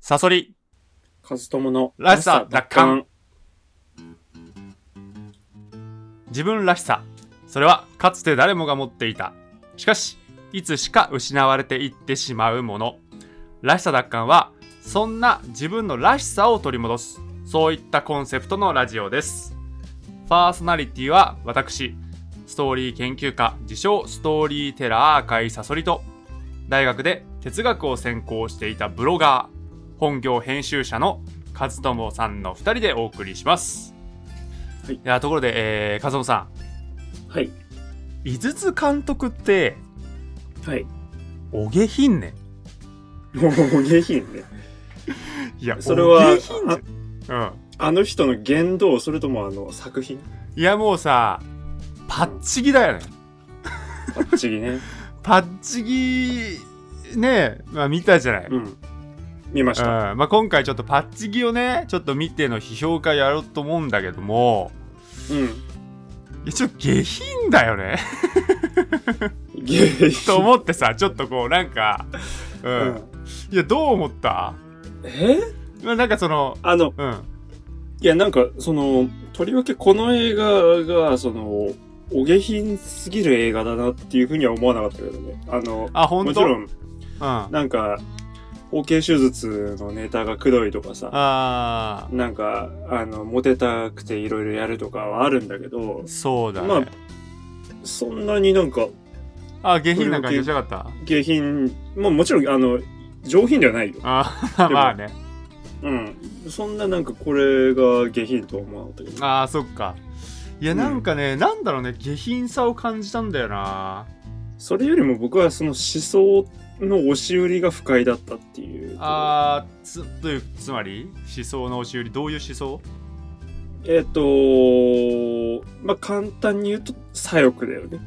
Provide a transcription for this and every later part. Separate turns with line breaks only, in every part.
サソリ、
カズトモの
らしさ奪還。自分らしさ。それはかつて誰もが持っていた。しかし、いつしか失われていってしまうもの。らしさ奪還は、そんな自分のらしさを取り戻す。そういったコンセプトのラジオです。パーソナリティは私、ストーリー研究家、自称ストーリーテラー赤井サソリと、大学で哲学を専攻していたブロガー、本業編集者の和友さんの2人でお送りします。
はい
やところで、えー、和友さ
はい。
ん、井筒監督って、
はい。
お下品ね。
もう下品ね。
いや、
それは
お下品じゃん。うん。
あの人の言動、それともあの作品
いや、もうさ、パッチギだよね。
パッチ リね。
パッチギ、ねまあ見たじゃない。
うん。見ました。
うんまあ、今回ちょっとパッチギをねちょっと見ての批評会やろうと思うんだけども
うん。
いやちょっと下品だよ ねと
下品。
思ってさちょっとこうなんか、うん
うん
いやどう思った
え
まあなんかその
あの、
うん
いや、なんか、その、とりわけこの映画が、その、お下品すぎる映画だなっていうふうには思わなかったけどね。あの、
あ本当
もちろん、
うん、あ
なんか、包茎手術のネタがくどいとかさ、
あ
なんか、あの、モテたくていろいろやるとかはあるんだけど
ー、そうだね、
まそんなになんか、
あ下品な感じしなかった
下品、まあもちろん、あの、上品ではないよ。
あー まあね
うん。そんななんかこれが下品とは思わなかったけど。
あーそっかいや
うん
なんかね、なんだろうね下品さを感じたんだよな
それよりも僕はその思想の押し売りが不快だったっていう。
あーつというつまり思想の押し売りどういう思想
えっ、とまあ簡単に言うと左翼だよね。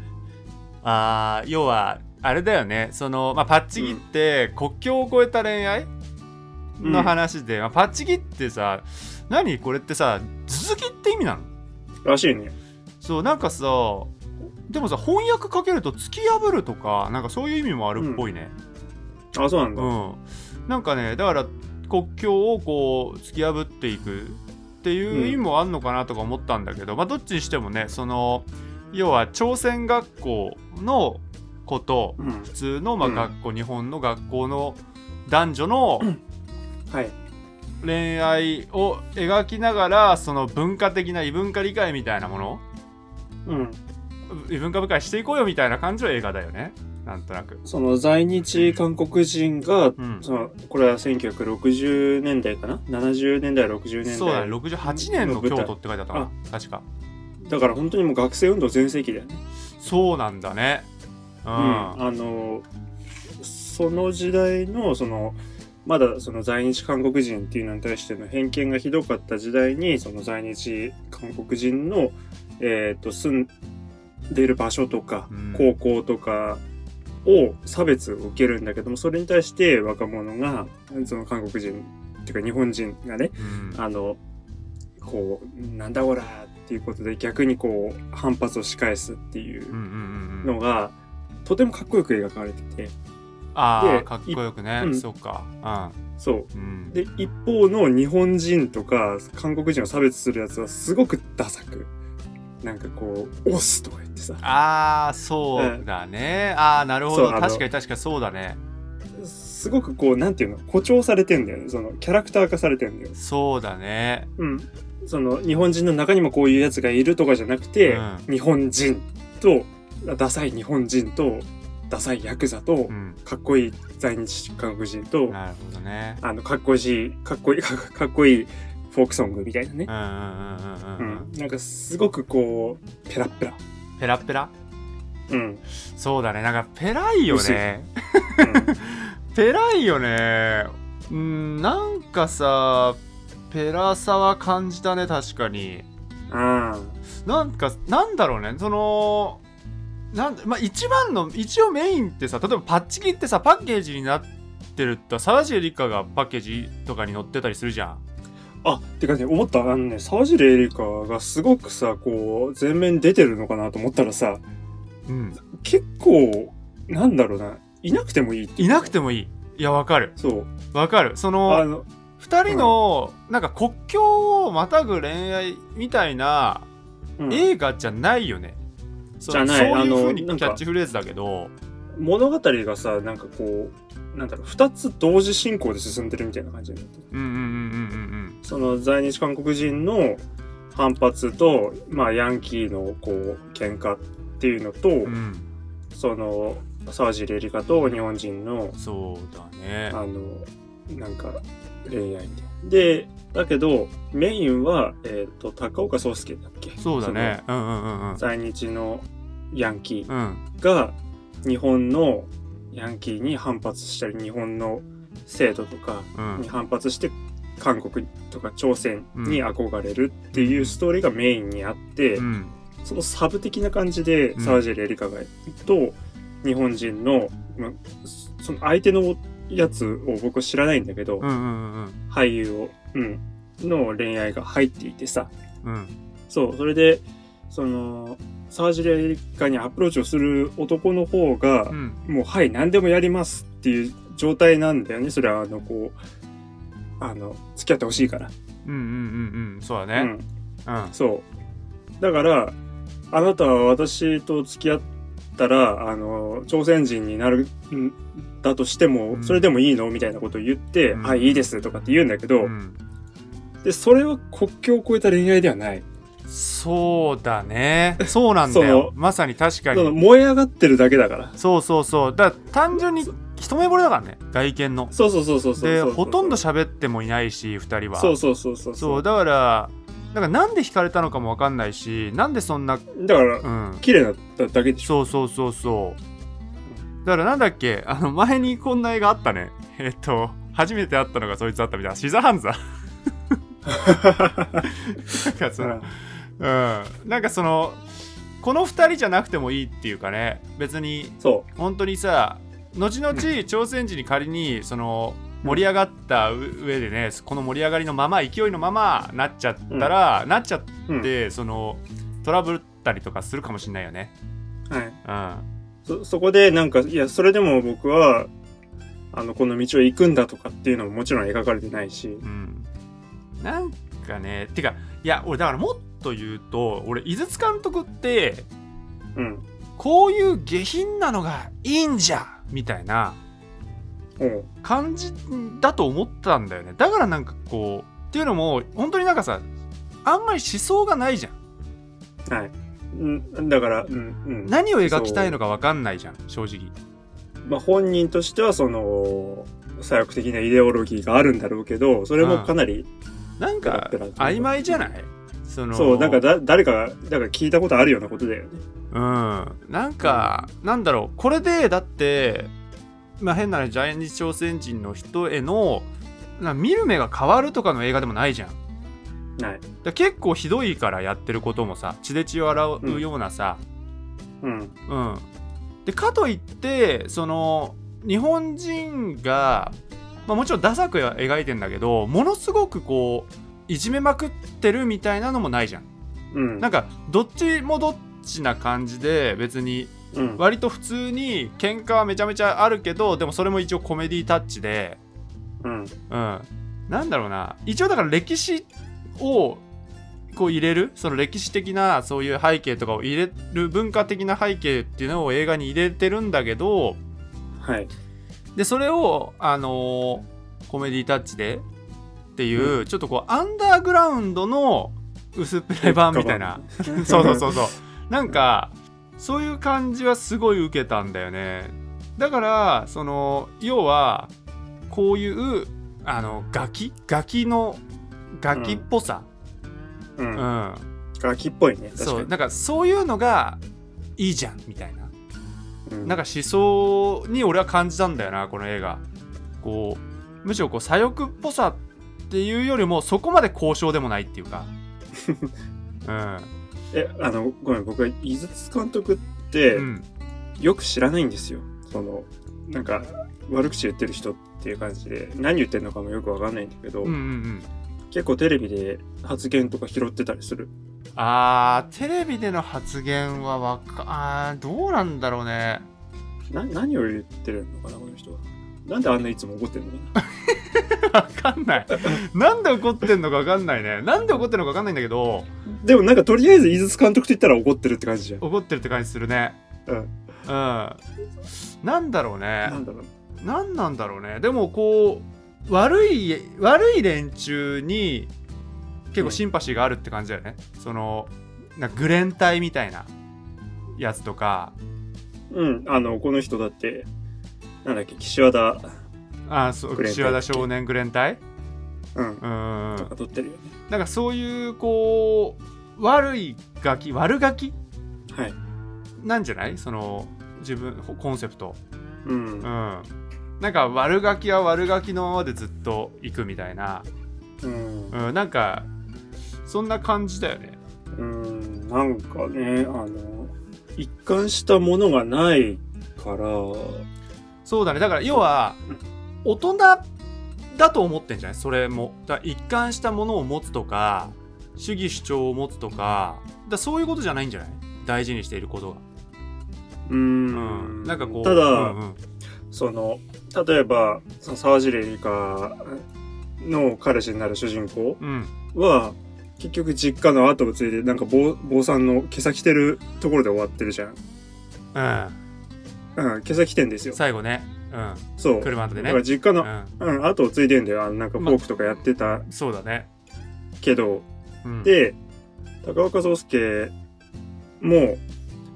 あー要はあれだよねその、まあ、パッチギって国境を越えた恋愛
うん
の話で、まあ、パッチギってさ何これってさ続きって意味なの
らしいね。
そうなんかさでもさ翻訳かけると突き破るとかなんかそういう意味もあるっぽいね
あ、そうなん
う
だ。
ん、なんかねだから国境をこう突き破っていくっていう意味もあんのかなとか思ったんだけど、まあどっちにしてもねその要は朝鮮学校のこと
うん。
普通のまあ
うん
学校、日本の学校の男女 の
はい。
恋愛を描きながらその文化的な異文化理解みたいなもの
うん。
異文化理解していこうよみたいな感じの映画だよねなんとなく。
その在日韓国人が、
うん
そのこれは1960年代かな ?70 年代、60年代。
そうだね68年の京都って書いてあったか
あ
な確か
だから本当にもう学生運動全盛期だよね。
そうなんだねう、
うんん。あの、その時代の、その、まだその在日韓国人っていうのに対しての偏見がひどかった時代に、その在日韓国人の、えっ、と、住んでる場所とか
うん、
高校とか、を差別を受けるんだけども、それに対して若者が、その韓国人、っていうか日本人がね、
うん
あの、こう、なんだこらっていうことで逆にこう、反発を仕返すってい
う
う
んうんうんう
の
ん、
が、とてもかっこよく描かれてて、
ああ
で
かっこよくね、
いうん
そっか
そ
うんうん
う。で、一方の日本人とか、韓国人を差別するやつはすごくダサく、なんかこう、押すとか言ってさ、
ああそうだね、ああなるほ
そ
ど
うあの
確かに確かにそうだね
すごくこう、なんていうの、誇張されてんだよね。その、キャラクター化されてんだよ。
そうだね
うん。その、日本人の中にもこういうやつがいるとかじゃなくて、
うん
日本人と、ダサい日本人と、ダサいヤクザと、
うん
かっこいい在日韓国人と、
なるほどね
あの、かっこいい、かっこいい、 かかっこいいフォークソングみたいなね
う。んうんうんうん
う
うん、うんん、。
なんかすごくこう、ペラッペラ。
ペラッペラ
うん。うん
そうだねなんかペラいよねペラいよねうんなんかさペラさは感じたね確かに
あ
なんかなんだろうねそのなんまあ、一番の一応メインってさ例えばパッチキってさパッケージになってるって沢尻理香がパッケージとかに載ってたりするじゃん
あ。あ、てかね、思った。あのね、沢尻エリカがすごくさ、こう、全面に出てるのかなと思ったらさ、
うん
結構、なんだろうな、いなくてもいいっていう
いなくてもいいいやわかる
そう
わかるその
あの
二人のなんか国境をまたぐ恋愛みたいな
うん
映画じゃないよね、そ
じゃない
そういうふう
あ
にキ
のなん
ャ
か
ッチフレーズだけど
物語がさなんかこうなんだろう2つ同時進行で進んでるみたいな感じになってる
うんうんうんうん
その在日韓国人の反発と、まあ、ヤンキーのこう喧嘩っていうのと、
うんうんうん
その沢尻エリカと日本人の
そうだね
あのなんか恋愛みたいなでだけどメインは、えー、と高岡壮介だっけ
そうだねうんうんうんう
そ
ん
の在日のヤンキー
うん
が日本のヤンキーに反発したり日本の制度とか
うん
に反発して韓国とか朝鮮に憧れるっていうストーリーがメインにあって、
うん
そのサブ的な感じで
うん
沢尻エリカがと日本人の、まその相手のやつを僕は知らないんだけど、
うんうんうん
俳優を、うん、の恋愛が入っていてさ
うん
そうそれでその沢尻エリカにアプローチをする男の方が
う、ん
もうはい何でもやりますっていう状態なんだよねそれはあのこうあの付き合ってほしいから、
うんうんうんうんそうだ
う
ね
ん、
うん
そうだからあなたは私と付き合ったらあの朝鮮人になるんだとして
う
も
ん
それでもいいのみたいなことを言って「
うん
はいいいです」とかって言うんだけど、
うん
でそれは国境を越えた恋愛ではない
そうだねそうなんだよ
その
まさに確か
その
に
燃え上がってるだけだから
そうそうそうだから単純に一目惚れだからね外見の
そうそうそうそうそう
で
そうそ
ほ
う
とんど喋ってもいないし2人は
そうそうそうそう
そうだからなんかなんで惹かれたのかも分かんないしなんでそんな
だから
うん
綺麗だっただけでしょ
そうそうそうそうだからなんだっけあの前にこんな映画あったねえっと初めて会ったのがそいつだったみたいなシザーハンザーなんかそのうんなんかそのこの2人じゃなくてもいいっていうかね別に
そ
本当にさ後々朝鮮人に仮にその盛り上がったう上でねこの盛り上がりのまま勢いのままなっちゃったら、なっちゃっ
う、うん
て、そのトラブったりとかするかもしれないよね
はい、
うん
そそこでなんかいやそれでも僕はあのこの道を行くんだとかっていうのももちろん描かれてないし
うんなんかねてかいや俺だからもっと言うと俺井筒監督って
うん
こういう下品なのがいいんじゃみたいな
おう
感じだと思ったんだよねだからなんかこうっていうのも本当になんかさあんまり思想がないじゃん
はいうんだから、うんうん
何を描きたいのか分かんないじゃん正直
まあ、本人としてはその左翼的なイデオロギーがあるんだろうけどそれもかなり、
なんか
ペラペラと
曖昧じゃないその
そうなんかだ誰かがだから聞いたことあるようなことだよね
うんなんか、なんだろうこれでだって、まあ、変な話ジャイアン朝鮮人の人へのな見る目が変わるとかの映画でもないじゃんだか
はい
ら結構ひどいからやってることもさ血で血を洗うようなさ、
うん
うん、でかといってその日本人が、まあ、もちろんダサくは描いてんだけどものすごくこういじめまくってるみたいなのもないじゃん
うん
なんかどっちもどっちな感じで別に
うん
割と普通に喧嘩はめちゃめちゃあるけどでもそれも一応コメディタッチで、
うん
うん、なんだろうな一応だから歴史をこう入れるその歴史的なそういう背景とかを入れる文化的な背景っていうのを映画に入れてるんだけど
はい
でそれをあのーコメディタッチでっていう、ちょっとこうアンダーグラウンドの薄っぺらい版みたいな そうそうそうそうなんかそういう感じはすごい受けたんだよねだからその要はこういうあのガキガキのガキっぽさ、
う、
うんん
ガキっぽいね確か
そ
に
うなんかそういうのがいいじゃんみたいな
うん
なんか思想に俺は感じたんだよなこの映画こうむしろこう左翼っぽさっていうよりもそこまで交渉でもないっていうか
えあのごめん僕は井筒監督って、
うん、うん、
よく知らないんですよそのなんか悪口言ってる人っていう感じで何言ってるのかもよくわかんないんだけ
う
ど、
んうんうん
結構テレビで発言とか拾ってたりする
あーテレビでの発言はわかあーどうなんだろうね
な何を言ってるのかなこの人はなんであんないつも怒ってんのかな
わかんない。なんで怒ってんのかわかんないね。なんで怒ってんのかわかんないんだけど、
でもなんかとりあえず井筒監督と言ったら怒ってるって感じじゃん。
怒ってるって感じするね。
うん。
うん。なんだろうね
な。んだろう。
なんなんだろうね。でもこう、悪い、悪い連中に結構シンパシーがあるって感じだよね。その、なんかグレン隊みたいなやつとか、
うん。あの、この人だって、なんだっけ、岸和田、
あそう
グレン隊
岸和田少年グレン隊
うん。
うんうんう
と
ん
か撮ってるよね。
なんかそういうこう悪いガキ悪ガキ
はい。
なんじゃないその自分ほコンセプト
うん
う。んなんか悪ガキは悪ガキのままでずっと行くみたいな、
うん。
うん、なんかそんな感じだよね
うん。なんかね、あの、一貫したものがないから、
そうだねだから要は大人だと思ってんじゃないそれもだから一貫したものを持つとか主義主張を持つとかだからそういうことじゃないんじゃない大事にしていることがう
う
ん
ん。
なんかこう
ただ、
うんうん
その、例えば、その沢尻エリカの彼氏になる主人公
うん、
は、結局実家の後を継いで、なんか坊坊さんの今朝着てるところで終わってるじゃん。
うん、
うん、今朝来てんですよ。
最後ね、うん、
そう。
車でね
だから実家
う
の、
ん、
うん、後を継いでんだよ。あの、なんかフォークとかやってた
そうだね、
けど。
うん、
で、高岡壮介も、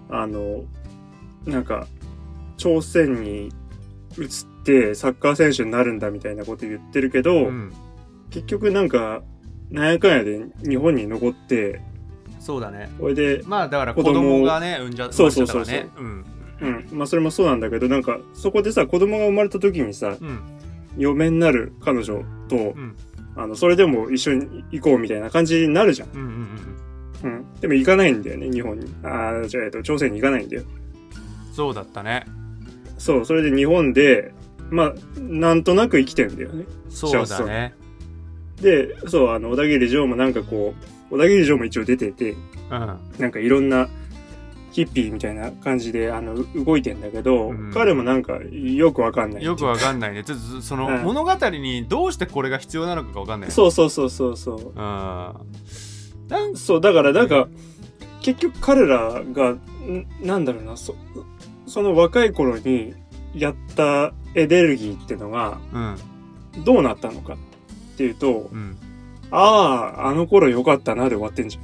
あの、なんか、朝鮮に移ってサッカー選手になるんだみたいなこと言ってるけど、
うん、
結局なんか、なんやかんやで日本に残って、
そうだね
それで、
まあだから子
子供
供がね産んじゃったから
そう
ね
そうそうそう
うん
うん、まあそれもそうなんだけど、なんか、そこでさ、子供が生まれた時にさ、
うん
嫁になる彼女と、
うん
あの、それでも一緒に行こうみたいな感じになるじゃん。
うんうんうん
うん。でも行かないんだよね、日本に。ああ、じゃあ、えっと、朝鮮に行かないんだよ。
そうだったね
そう、それで日本で、まあ、なんとなく生きてんだよね。
そうだね
で、そう、あの、小田切城もなんかこう、小田切城も一応出てて、
うん
なんかいろんなヒッピーみたいな感じで、あの、動いてんだけど、
うん
彼もなんかよくわかんない。
よくわかんないねちょっとその
うん
物語にどうしてこれが必要なのかがわかんない
そうそうそうそうそう
う。んなん
そう、だからなんか、結局彼らが、んなんだろうな、そ、その若い頃にやったエネルギーってのが、
うん
どうなったのかっていうと、
うん
ああ、あの頃良かったなで終わってんじゃん。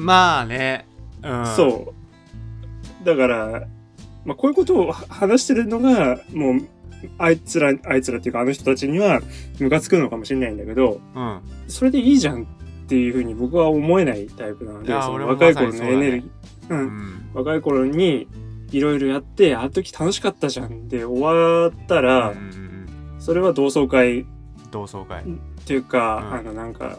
まあねうん
そう。だから、まあ、こういうことをは話してるのが、もう、あいつら、あいつらっていうかあの人たちにはムカつくのかもしれないんだけど、
うん
それでいいじゃんっていうふうに僕は思えないタイプなの
い
で、
や
そ
俺も
の若い
ま
頃
さ
の
にそうだ
エ
ね
ネルギー。う。
うんん
若い頃にいろいろやって、あの時楽しかったじゃんで終わった
うんう
ら、
ん
それは同窓会
うん同窓会
っていうか、
うん
あのなんか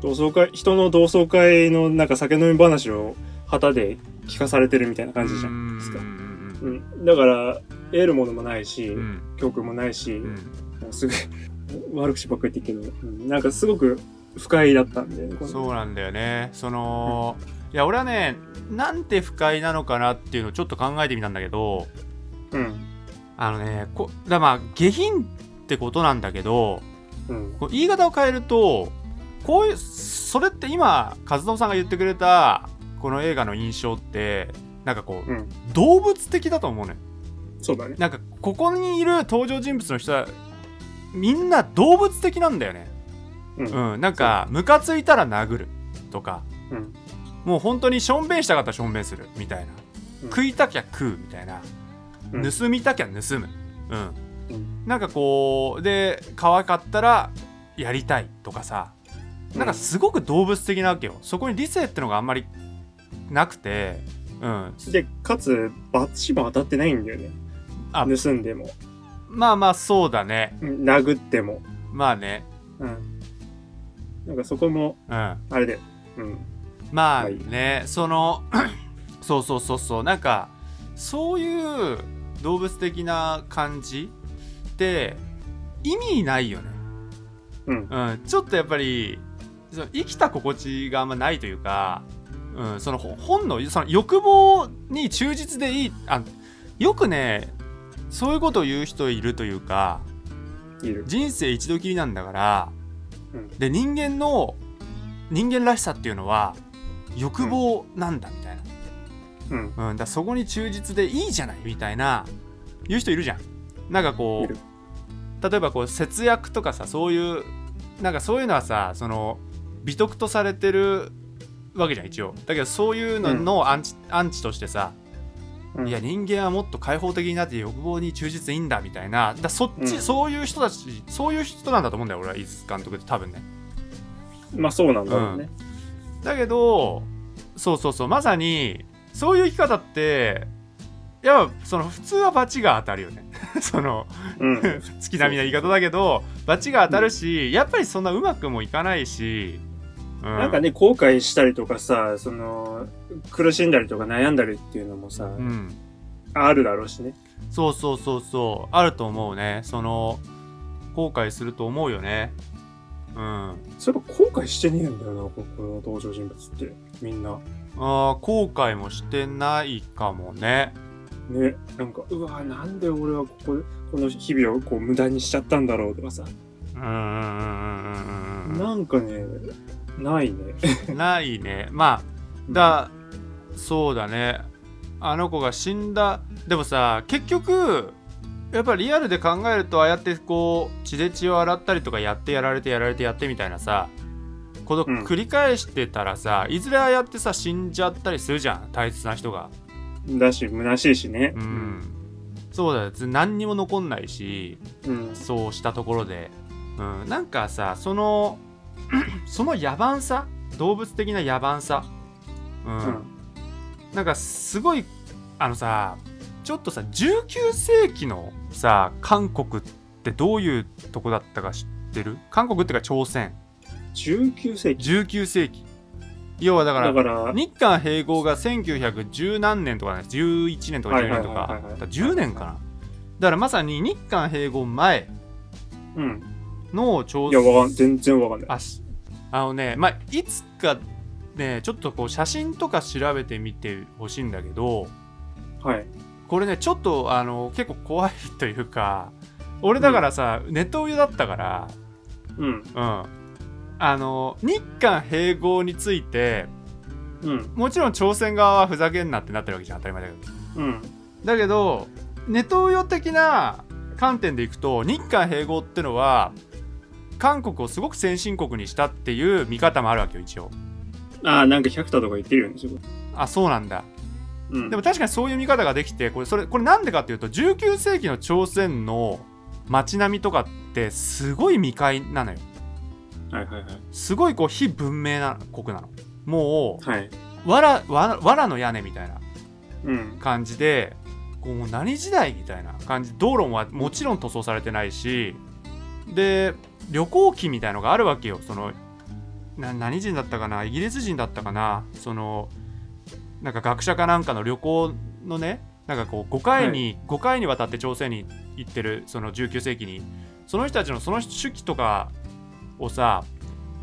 同窓会人の同窓会のなんか酒飲み話を旗で聞かされてるみたいな感じじゃん、
ん
ですか
うん
うん、だから得るものもないし、
うん
教訓もないし、
うん
なんかすごい 悪口ばっかり言ってるけど、うんなんかすごく不快だったんで、この
そうなんだよねその、いや俺はねなんて不快なのかなっていうのをちょっと考えてみたんだけど
うん
あのねこだまあ下品ってことなんだけど
うん
こう言い方を変えるとこういうそれって今和夫さんが言ってくれたこの映画の印象ってなんかこう
うん
動物的だと思うね
そうだね
なんかここにいる登場人物の人はみんな動物的なんだよね
うん
うん、なんかムカついたら殴るとか
うん
もう本当にしょんべんしたかったらしょんべんするみたいな、
うん
食いたきゃ食うみたいな、
うん
盗みたきゃ盗むうん、
うん
なんかこうで可愛かったらやりたいとかさなんかすごく動物的なわけよそこに理性ってのがあんまりなくてうん
でかつバッチも当たってないんだよね
あ
盗んでも
まあまあそうだね
うん殴っても、
まあね
うん、なんかそこも
うん
あれでうん
まあ
はい
ね、その そうそうそうそうなんかそういう動物的な感じって意味ないよね、
うん
うん、ちょっとやっぱりその生きた心地があんまないというか、うん、そのほ本のその欲望に忠実でいいあよくねそういうことを言う人いるというか
いる。
人生一度きりなんだから、
うん
で人間の人間らしさっていうのは欲望なんだみたい
うん。
な、うんだからそこに忠実でいいじゃないみたいな言う人いるじゃんなんかこ
いる
う例えばこう節約とかさそういうなんかそういうのはさその美徳とされてるわけじゃん一応だけどそういうののアンチ,、アンチとしてさ
うん
いや人間はもっと開放的になって欲望に忠実でいいんだみたいなだそっち、
うん
そういう人たちそういう人なんだと思うんだよ俺は伊豆監督って多分ね
まあそうなんだろうね。
だけどそうそうそうまさにそういう生き方っていやその普通は罰が当たるよね そ の
うん。
月並みな言い方だけど罰が当たるし、やっぱりそんなうまくもいかないし、う
なんかね、後悔したりとかさ、その、苦しんだりとか悩んだりっていうのもさ、
うん
あるだろうしね。
そうそうそうそうあると思うねその後悔すると思うよねうん
それ後悔してねえんだよな、ここの登場人物って。みんな。
あー後悔もしてないかもね
ね。なんか、うわなんで俺はここで、この日々をこう無駄にしちゃったんだろうとかさ。
うんうんうんうんうんうん
なんかね、ないね。
うんないねまあだそうだねあの子が死んだでもさ結局やっぱリアルで考えるとああやってこう血で血を洗ったりとかやってやられてやられてやってみたいなさこと
うん
繰り返してたらさ、いずれああやってさ死んじゃったりするじゃん大切な人が
だし、虚しいしね。
うん、そうだよ何にも残んないし
うん。
そうしたところで、うん、なんかさその その野蛮さ動物的な野蛮さ、うん
うん。
なんかすごいあのさちょっとさ19世紀のさ韓国ってどういうとこだったか知ってる韓国ってか朝鮮
19世紀。
19世紀要はだから
だから、
日韓併合が1910何年とかね11年とか10年と
はいはい
か
はいはい
だから10年かなだからまさに日韓併合前
うん。
の朝
いや、
鮮
わかん、全然わかんない。
あしあのねまあいつかねちょっとこう写真とか調べてみてほしいんだけど
はい。
これねちょっとあの結構怖いというか俺だからさ、ネットウヨだったから
うん。
うんあの日韓併合について
うん。
もちろん朝鮮側はふざけんなってなってるわけじゃん当たり前だけど
うん。
だけどネトウヨ的な観点でいくと日韓併合ってのは韓国をすごく先進国にしたっていう見方もあるわけよ一応
ああ、なんか百田とか言ってるよね、すごい。
あそうなんだ
うん。
でも確かにそういう見方ができてこれそれこれなんでかっていうと19世紀の朝鮮の街並みとかってすごい未開なのよ
はいはいはい。
すごいこう非文明な国なのも
はい。
うわらわらわらの屋根みたいな
うん。
感じでこうもう何時代みたいな感じ道路ももちろん塗装されてないしで旅行機みたいのがあるわけよそのな何人だったかなイギリス人だったかなそのなんか学者かなんかの旅行のねなんかこう5回に、5回にわたって朝鮮に行ってるその19世紀にその人たちのその手記とかをさ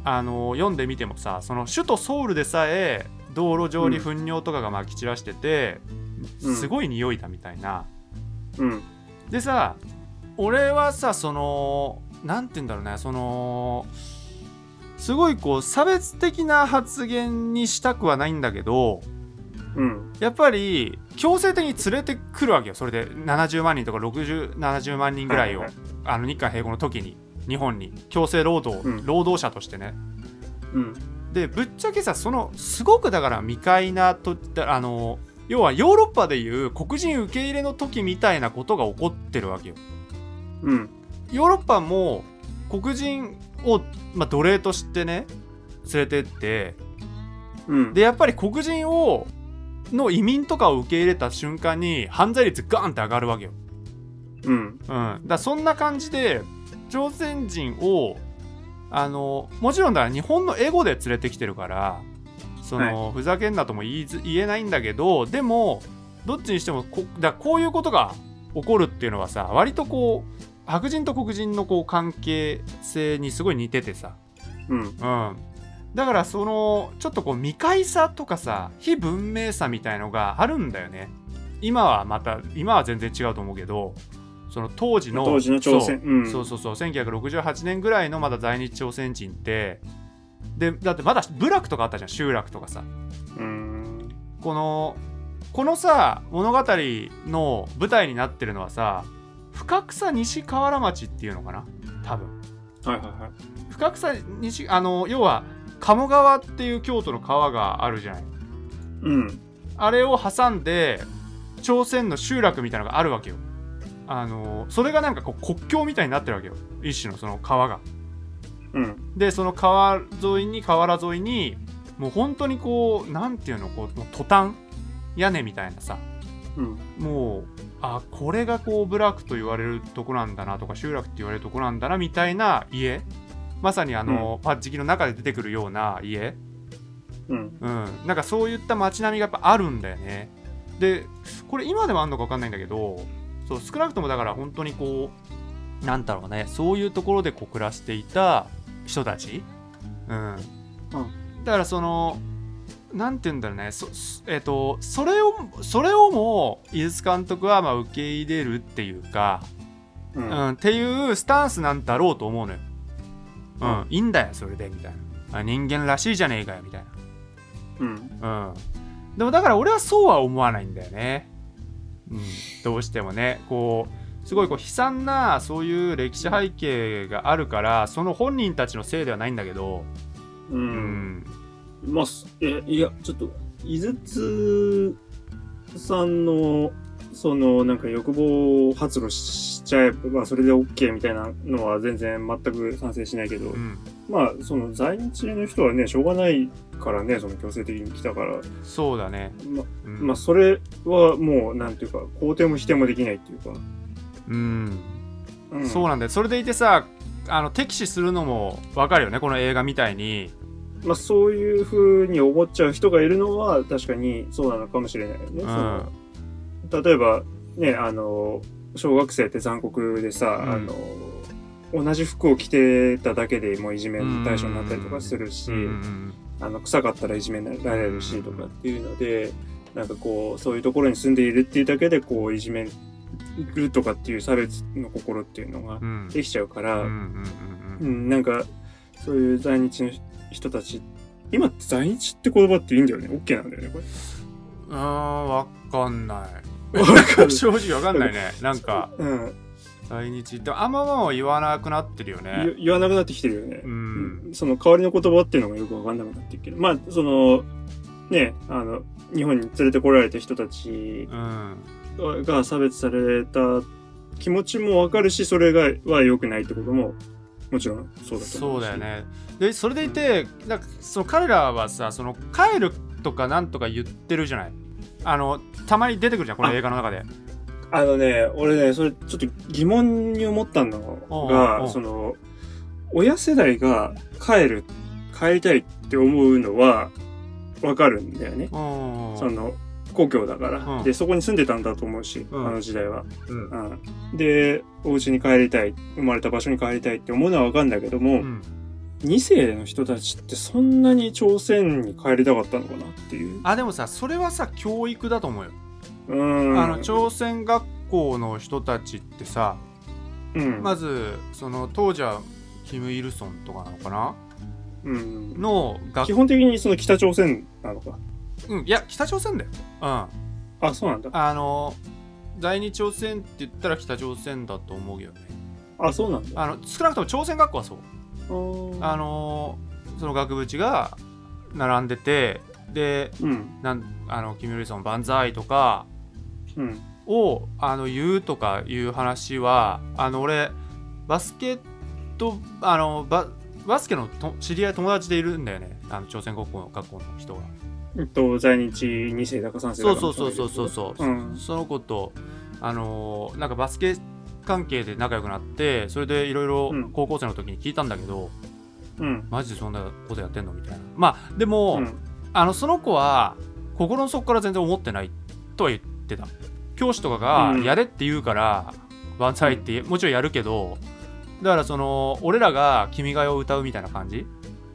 あの読んでみてもさその首都ソウルでさえ道路上に糞尿とかがまき散らしてて、
うん
すごい匂いだみたいな。
うん。
でさ俺はさそのなんて言うんだろうねそのすごいこう差別的な発言にしたくはないんだけど
うん。
やっぱり強制的に連れてくるわけよそれで70万人とか6070万人ぐらいを、
はいは
あの日韓併合の時に日本に強制労働、
うん
労働者としてね
うん。
でぶっちゃけさそのすごくだから未開なとあの要はヨーロッパでいう黒人受け入れの時みたいなことが起こってるわけよ
うん。
ヨーロッパも黒人を、まあ、奴隷としてね連れてって
うん。
で、やっぱり黒人をの移民とかを受け入れた瞬間に犯罪率ガーンって上がるわけよ、
うん。
うん、だからそんな感じで朝鮮人をあのもちろんだから日本のエゴで連れてきてるからその、ふざけんなとも言いず言えないんだけどでもどっちにしてもこだからこういうことが起こるっていうのはさ割とこう白人と黒人のこう関係性にすごい似ててさ、
うん。
うん、だからそのちょっとこう未開さとかさ非文明さみたいのがあるんだよね今はまた今は全然違うと思うけどその当時の
当時の朝鮮
そう,、
うん
そうそうそう1968年ぐらいのまだ在日朝鮮人ってでだってまだ部落とかあったじゃん集落とかさ
うん
このこのさ物語の舞台になってるのはさ深草西河原町っていうのかな多分
はいはいはい
深草西あの要は鴨川っていう京都の川があるじゃない
うん
あれを挟んで朝鮮の集落みたいなのがあるわけよあのそれがなんかこう国境みたいになってるわけよ一種のその川が
うん
でその川沿いに河原沿いにもう本当にこうなんていうのこうもうトタン屋根みたいなさ
うん
もうあこれがこう部落と言われるとこなんだなとか集落って言われるとこなんだなみたいな家まさにあの、パッチキの中で出てくるような家、
うん
うん、なんかそういった街並みがやっぱあるんだよねでこれ今でもあんのか分かんないんだけどそう少なくともだから本当にこうなんだろうねそういうところでこう暮らしていた人たち、うんだからそのなんて言うんだろうねそ,す、えっとそれをそれをも井筒監督はまあ受け入れるっていうか、
う
うんん、っていうスタンスなんだろうと思うのよ。う、
うん
いいんだよそれでみたいなあ人間らしいじゃねえかよみたいな。
うん
うん、でもだから俺はそうは思わないんだよね、うん、どうしてもねこうすごいこう悲惨なそういう歴史背景があるからその本人たちのせいではないんだけど、
う
うんん、
まあ、すえいや、ちょっと、井筒さんの、その、なんか欲望を発露しちゃえば、まあ、それで OK みたいなのは全然全く賛成しないけど
う、ん、
まあ、その在日の人はね、しょうがないからね、その強制的に来たから、
そうだね、
ま
うん
まあ、それはもう、なんていうか、肯定も否定もできないっていうか、
うん
うん、
そうなんだよそれでいてさあの敵視するのもわかるよねこの映画みたいに
まあ、そういうふうに思っちゃう人がいるのは、確かにそうなのかもしれないよね。
うん
その例えばねあの小学生って残酷でさ、
うん
あの同じ服を着てただけでもういじめの対象になったりとかするし、
うんうん
あの臭かったらいじめになれるしとかっていうので、なんかこうそういうところに住んでいるっていうだけでこういじめるとかっていう差別の心っていうのが
うん
できちゃうか
う
ら、
んう
うん
んうん
なんかそういう在日の人たち今って在日って言葉っていいんだよね OK なんだよねこれ。
うんわかんない
かる
正直わかんないねなんか
うん、
来日ってあんまもう言わなくなってるよね
言言わなくなってきてるよね。
うん
その代わりの言葉っていうのがよくわかんなくなってるけど、まあ、その、ね、あの、日本に連れてこられた人たち
うん
が差別された気持ちもわかるし、それが、は良くないってことも、もちろんそうだと思。
そううだよ。ねでそれでいてなんかその彼らはさその帰るとかなんとか言ってるじゃないあのたまに出てくるじゃんこの映画の中で
あのね、俺ね、それちょっと疑問に思ったの
おうおうお
が、
う
その、親世代が帰る、帰りたいって思うのは、わかるんだよね。
うん
その、故郷だから。
うん
で、そこに住んでたんだと思うし、
うん
あの時代は。
うん
うん、でお家に帰りたい生まれた場所に帰りたいって思うのは分かんだけども、
うん
2世の人たちってそんなに朝鮮に帰りたかったのかなっていう。
あでもさそれはさ教育だと思うよ
うん
あの朝鮮学校の人たちってさ
うん
まずその当時はキム・イルソンとかなのかな
うん
の
基
学
本的にその北朝鮮なのか。
うんいや北朝鮮だようん
あそうなんだ。
あの在日朝鮮って言ったら北朝鮮だと思うけどね
あそうなんだ。
あの少なくとも朝鮮学校はそうあ
あ
のその額縁が並んでてで
うん
なんあのキム・イルソン万歳とか
うん
をあの言うとかいう話はあの俺バスケットあのババスケのと知り合い友達でいるんだよねあの朝鮮学校の学校の人が
えっと在日2世だか3世
そ
だ
う
か
そうそうそうそうそう
う、ん
その子とあのーなんかバスケ関係で仲良くなってそれでいろいろ
うん
高校生の時に聞いたんだけど、
うん
マジでそんなことやってんのみたいなまあでも、
うん
あのその子は心の底から全然思ってないとは言ってた教師とかが
う
「
ん
やれ」って言うから「万歳」ってもちろんやるけどだからその俺らが「君が代」を歌うみたいな感じ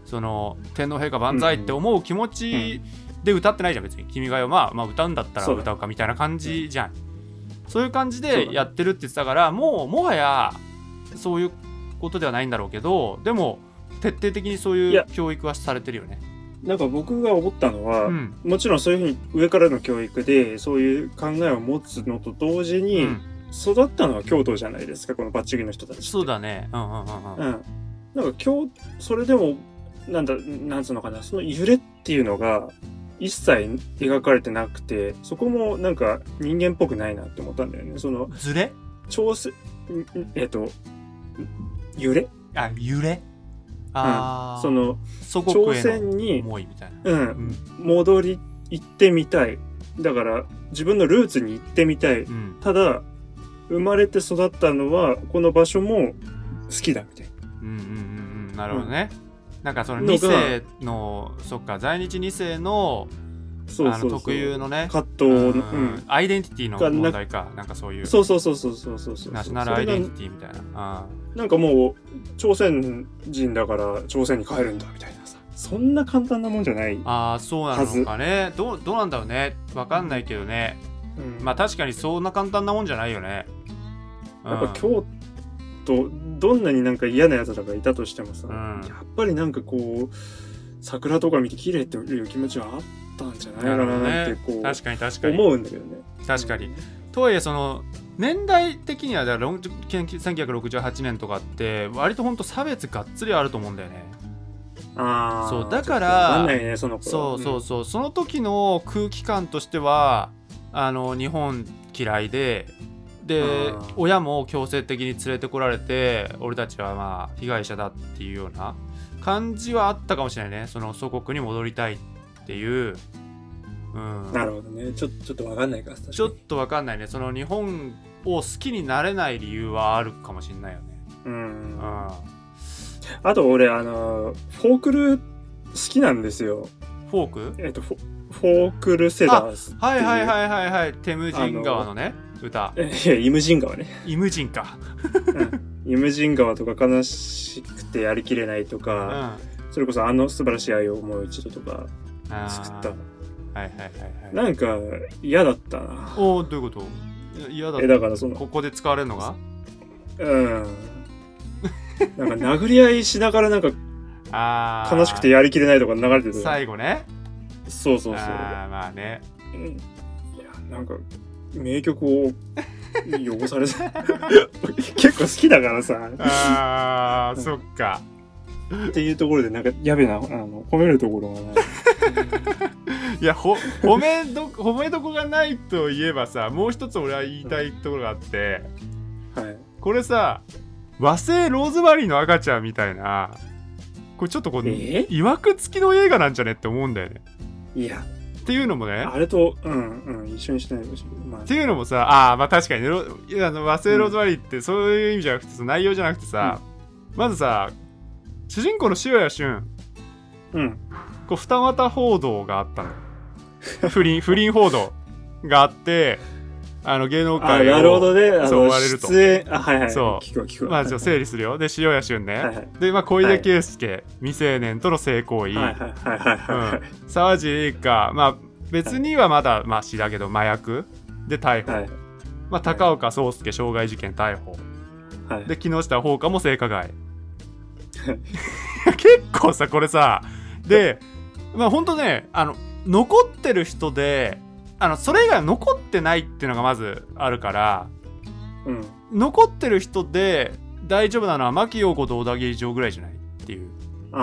その天皇陛下万歳って思う気持ちで歌ってないじゃん別に「君が代」まあまあ歌うんだったら
そうだ
歌うかみたいな感じじゃんそういう感じ
そうだ
で
ね
やってるって言ってたからもうもはやそういうことではないんだろうけどでも徹底的にそう
い
いう
や
教育はされてるよね。
なんか僕が思ったのは、
うん
もちろんそういうふうに上からの教育でそういう考えを持つのと同時
う
に、
ん
育ったのは京都じゃないですかこのバッチギの人たちって
そうだね。うんうんうんうん
うん、なんか京それでもなんだなんつうのかなその揺れっていうのが一切描かれてなくてそこもなんか人間っぽくないなって思ったんだよねその
ずれ
調整んんえっとん揺れ
あ揺れああ、
その
祖
朝
国への
鮮に、
思いみたいな。
う、
うんん
戻り行ってみたいだから自分のルーツに行ってみたい
うん
ただ生まれて育ったのはこの場所も好きだみたいな。
うんうんうんうんなるほどね。なんかその
のが
2世のそっか在日2世の
そう
あ
そうそ
の
う
特有のね
葛藤
う
の、
ん
うん、
アイデンティティの
がな
問題かなんかそういう
そうそうそうそうそうそうそう
ナショナルアイデンテ
そ
ィティみたいな。
れがなんかもう朝鮮人だから朝鮮に帰るんだみたいなさそんな簡単なもんじゃない、う
ああーそうなのかねどうどうなんだろうねわかんないけどね
ん
まあ確かにそんな簡単なもんじゃないよね。うん
やっぱ京都どんなになんか嫌な奴らがいたとしてもさ、
うん
やっぱりなんかこう桜とか見て綺麗っていう気持ちはあったんじゃないか
なるほど
なって
ね
こう、
確かに確かに
思うんだけどね
確かに。とはいえその年代的にはだからロン1968年とかって割と本当差別がっつりあると思うんだよね。
ああ
そうだから
わかんないねその子
そうそうそう、その時の空気感としてはあの日本嫌いでで
あー
親も強制的に連れてこられて俺たちはまあ被害者だっていうような感じはあったかもしれないねその祖国に戻りたいっていう、うん、
なるほどねちょちょっとわかんないから確かに
ちょっとわかんないねその日本を好きになれない理由はあるかもしれないよね、
うん
うん、
あと俺、あの、フォークル好きなんですよ。
フォーク
えっと、フォフォークルセダースっていう。
はいはいはいはいはいテムジン川のね歌
え いや。イムジン川ね。
イムジンか、
イムジン川とか悲しくてやりきれないと
う
か、
ん
それこそあの素晴らしい愛をもう一度とか作っ
あ
た。
ーはいはいはいはい
なんか嫌だったな。
おおどういうことい嫌だ
え、だからその、
ここで使われるのが
うん。なんか殴り合いしながらなんか
ああ
悲しくてやりきれないとか流れて る。
最後ね
そうそうそう。
ああまあね
うんいやなんか名曲を汚されて 結構好きだからさ
ああ
うん
そっか
っていうところでなんかやべえなあの褒めるところがない
いやほ褒めど褒めどこがないといえばさもう一つ俺は言いたいところがあって
はい
これさ和製ローズマリーの赤ちゃんみたいなこれちょっとこう
え
いわくつきの映画なんじゃねって思うんだよね
いや
っていうのもね
あれとうんうん一緒にしないでほしい、まあ
っていうのもさあーまあ確かにねロいやあの和製ローズマリーってそういう意味じゃなくて、その内容じゃなくてさ、まずさ主人公の塩谷俊
うん
こう二股報道があったの 不倫不倫報道があってあの芸能
あ
界を
なるほどねあ
そう
の
追われると
出演あはいはい
そう
聞くわ聞くわ
まあちょっと整理するよで塩谷俊ね、
はいはい
で、まあ、小出圭介、未成年との性行為、
はいはいはいはいはいはい
うん、沢尻エリカまあ別にはまだまあ死だけど麻薬で逮捕、
はいはい
まあ、高岡壮介傷害事件逮捕、
はい
で木下放火も性加 害結構さこれさでまあほんとねあの残ってる人であのそれ以外は残ってないっていうのがまずあるから
うん
残ってる人で大丈夫なのは牧陽子と小田切城ぐらいじゃないっていう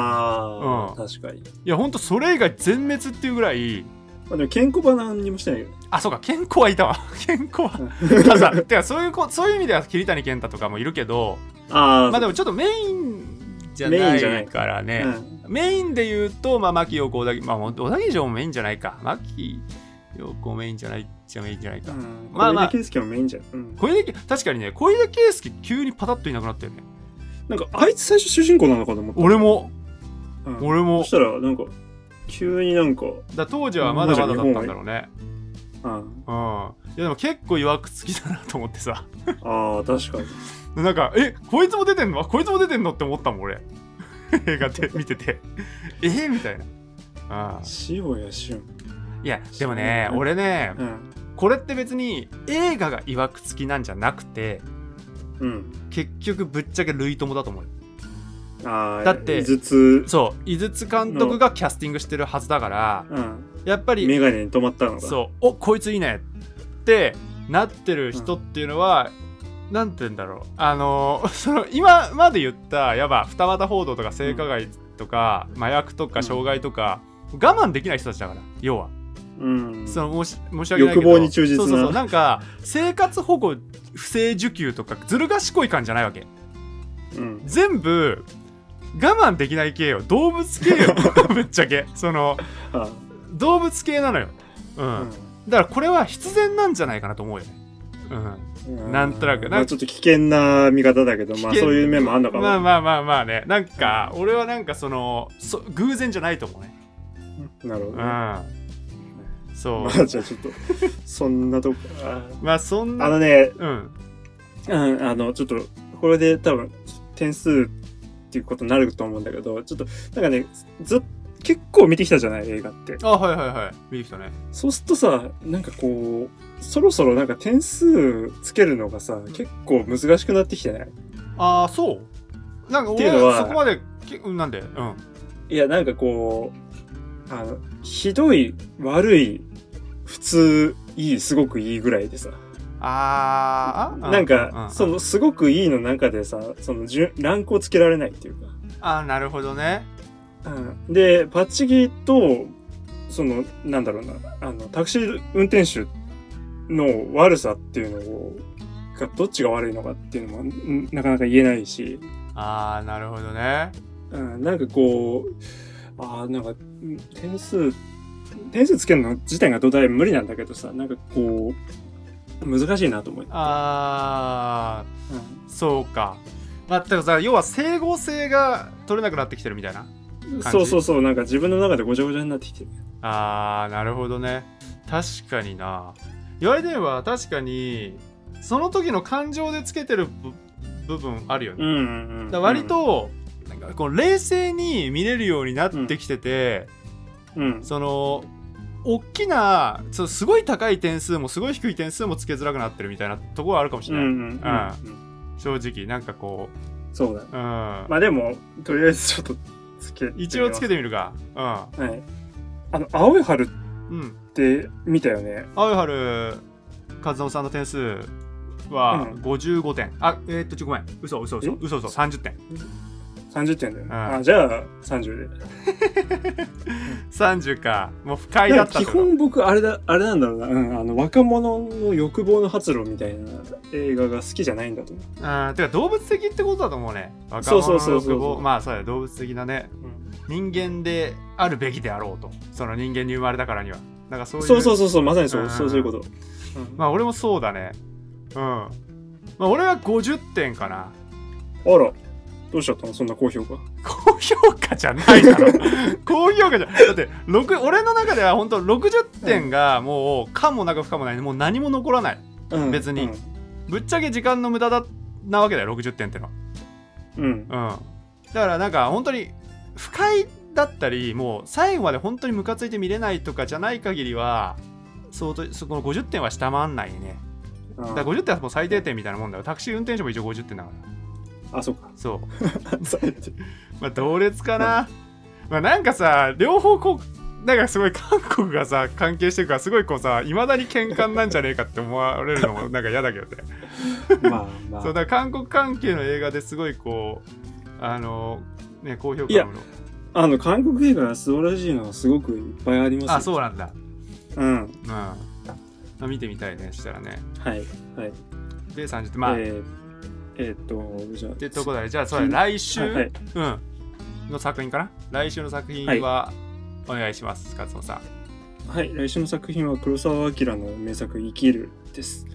ああ、
う
確かに、
いやほんとそれ以外全滅っていうぐらい
まあ、でも健康は何にもしてないけど
あそうか健康はいたわ 健康は
ね
たださてかそういうこそういう意味では桐谷健太とかもいるけど
ああ
まあでもちょっとメインじゃ
メイ
な
ンじゃない
いからね、
うん
メインで言うと、まあ、牧陽子、小田切、まあ、小田切城もメインじゃないか。牧陽子メインじゃないっちゃメインじゃないか。
うん、
まあまあ
小出圭介もメインじゃん、うん
小出確かにね、小出圭介急にパタッといなくなったよね。
なんかあいつ最初主人公なのかと思った。
俺も、
うん
俺も
そし。たらなんか急になんか、
だ当時はまだまだだったんだろうね。
うん、
うん。いや、でも結構いわくつきだなと思ってさ。
ああ確かに。
なんか、え、こいつも出てんのあこいつも出てんのって思ったもん、俺。 映画で見てて。えーみたいな。あ
塩谷俊。
いや、でもね、俺ね、
うん。
これって別に映画がいわくつきなんじゃなくて
うん。
結局ぶっちゃけ類友だと思うよ
ああ、
だって
頭痛、
そう井筒監督がキャスティングしてるはずだから
うん。
やっぱり
メガネに止まったのが。
そうおこいついいねってなってる人っていうのは、なんて言うんだろうあの ーその今まで言ったやば二股報道とか性加害とか、麻薬と
う
か
ん
障害とか、我慢できない人たちだから要は、
うん。
その申し申し訳ないけど
欲望に忠実な
そうそうそうなんか生活保護不正受給とかずる賢い感じじゃないわけ
うん。
全部我慢できない系よ動物系よぶっちゃ けその
あ
動物系なのよ
あ
うんだからこれは必然なんじゃないかなと思うよね。
う
なんとなく
まあ、ちょっと危険な見方だけど、まあ、
危険
そういう面もあんの
う
か
ん、
も。
まあまあまあまあねなんか俺はなんかそのそ偶然じゃないと思うね。
なるほ
う
ど、ね。
ん。そ
ま
う。
あ、じゃあちょっと、そんなとこ。あ
まあそん
あ
な。
のね、
うん。
うん、あの、ちょっと、これで多分、点数っていうことになると思うんだけど、ちょっと、なんかね、ずっ結構見てきたじゃない、映画って。
あはいはいはい。見てきたね。
そうするとさ、なんかこう、そろそろなんか点数つけるのがさ、結構難しくなってきてない
ああそう。なんか俺
っていうのは
そこまできうんなんでうん。
いや、なんかこう、あの、ひどい、悪い、普通、いい、すごくいいぐらいでさ。
あーあ
なん
うう
か、
う
その、すごくいいの中でさ、その、順ランクをつけられないっていうか。
あーなるほどね。
うんで、パッチギと、その、なんだろうな、あの、タクシー運転手の悪さっていうのを、がどっちが悪いのかっていうのも、んなかなか言えないし、
ああなるほどね。
うん、なんかこう、ああ、なんか、ん点数、点数つけるの自体が土台無理なんだけどさ、なんかこう、難しいなと思って。
ああそうか。まあ、てかさ要は整合性が取れなくなってきてるみたいな。
うん、
感じ
そうそうそう、なんか自分の中でごちゃごちゃになってきてる。
あーなるほどね確かにな言われてみれば確かにその時の感情でつけてるぶ部分あるよね、
うんうんう
だ
ん。
から割と、なんかこう冷静に見れるようになってきてて、
うん、うん、
その大きなそうすごい高い点数もすごい低い点数もつけづらくなってるみたいなところはあるかもし
うん
れ
う
ない、
んうん。
正直なんかこ
そうだね
う、うん
まあでも、とりあえずちょっとつけてみます
一応つけてみるか
はい。あの、青い春っ
うんうん
て見たよね。
青い春和夫さんの点数は
うん
55点、あえーっとちょごめん嘘嘘嘘
え
嘘嘘30点
30点だよ
う
ね。
ん
あ、じゃあ30で。
30かもう不快だ
なん
っ
か
た
基
ってこと
本僕、あれだ、あれなんだろうな。うん、あの、若者の欲望の発露みたいな映画が好きじゃないんだと思
あーてか動物的ってことだと思うね若
そ
者
うそう
の
そうそう
欲望まあそうだよ動物的なね
う。
人間であるべきであろうとその人間に生まれたからにはなんかそういう
そうそうそうそう、まさにそう、
うん
そうそういうこと。うん
まあ俺もそうだねうんまあ俺は50点かな
あら、どうしちゃったのそんな高評価。
高評価じゃないだろ 高評価じゃだって六俺の中では本当60点がもうかもなく不可もないもう何も残らない
うん
別にぶっちゃけ時間の無駄だなわけだよ60点っての
うん。うん。
はうんだからなんか本当に不快だったりもう最後まで本当にムカついて見れないとかじゃない限りは相当そこの50点は下回んないね
あ
だから50点はもう最低点みたいなもんだよタクシー運転手も一応50点だから
あ、そうか。
そう
そうや って
まあ同列かな、まあなんかさ両方こうなんかすごい韓国がさ関係してるからすごいこうさいまだに喧嘩なんじゃねえかって思われるのもなん か嫌だけどね
まあま
そう
あ。
だから韓国関係の映画ですごいこうあのね高評価
いや
の
あの、韓国映画が素晴らしいのはすごくいっぱいありますよ
あそうなんだ
うん。
うん、まあ、見てみたいねしたらね
はい。はい。
で30点まあ、
えーえーっと、じゃあ。
ってとこだねじゃあそれ来週、
はいはい
うんの作品かな来週の作品はお願いします、勝野さん
はい、来週の作品は黒澤明の名作「生きる」です。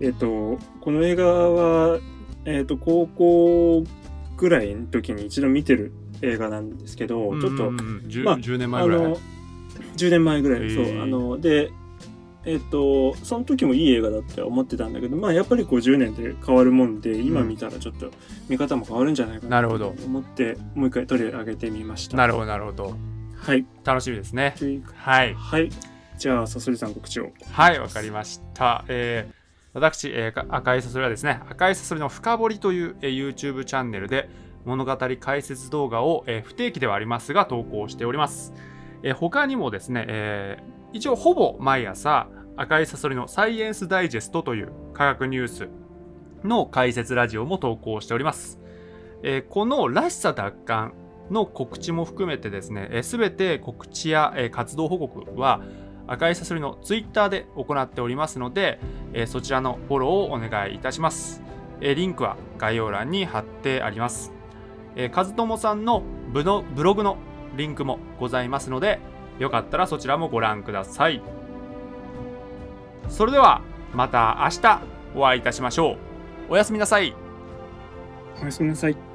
えっ、とこの映画は、えっと高校ぐらいの時に一度見てる映画なんですけど、ちょっと、
うんうんうん 10,
まあ
10年前
あ
ぐらい、
の10年前ぐらい、
へ
そう
ー
あのでえっ、とその時もいい映画だって思ってたんだけどまあやっぱりこう10年で変わるもんで今見たらちょっと見方も変わるんじゃないかな
なるほど
と思ってもう一回取り上げてみました。
なるほどなるほど
はい
楽しみですね
という
はい
はい。じゃあ、さそりさん告知を。
はい、わかりました。えー私、えーか赤いサソリはですね、赤いサソリの深掘りという、えー YouTube チャンネルで物語解説動画を、えー不定期ではありますが投稿しております。えー他にもですね、えー一応ほぼ毎朝赤いサソリのサイエンスダイジェストという科学ニュースの解説ラジオも投稿しております。えーこのらしさ奪還の告知も含めてですね、す、べ、て告知や、えー活動報告は赤いサソリのツイッターで行っておりますので、えーそちらのフォローをお願いいたします、えーリンクは概要欄に貼ってあります、えー、和友さんのブのブログのリンクもございますのでよかったらそちらもご覧くださいそれではまた明日お会いいたしましょうおやすみなさい
おやすみなさい。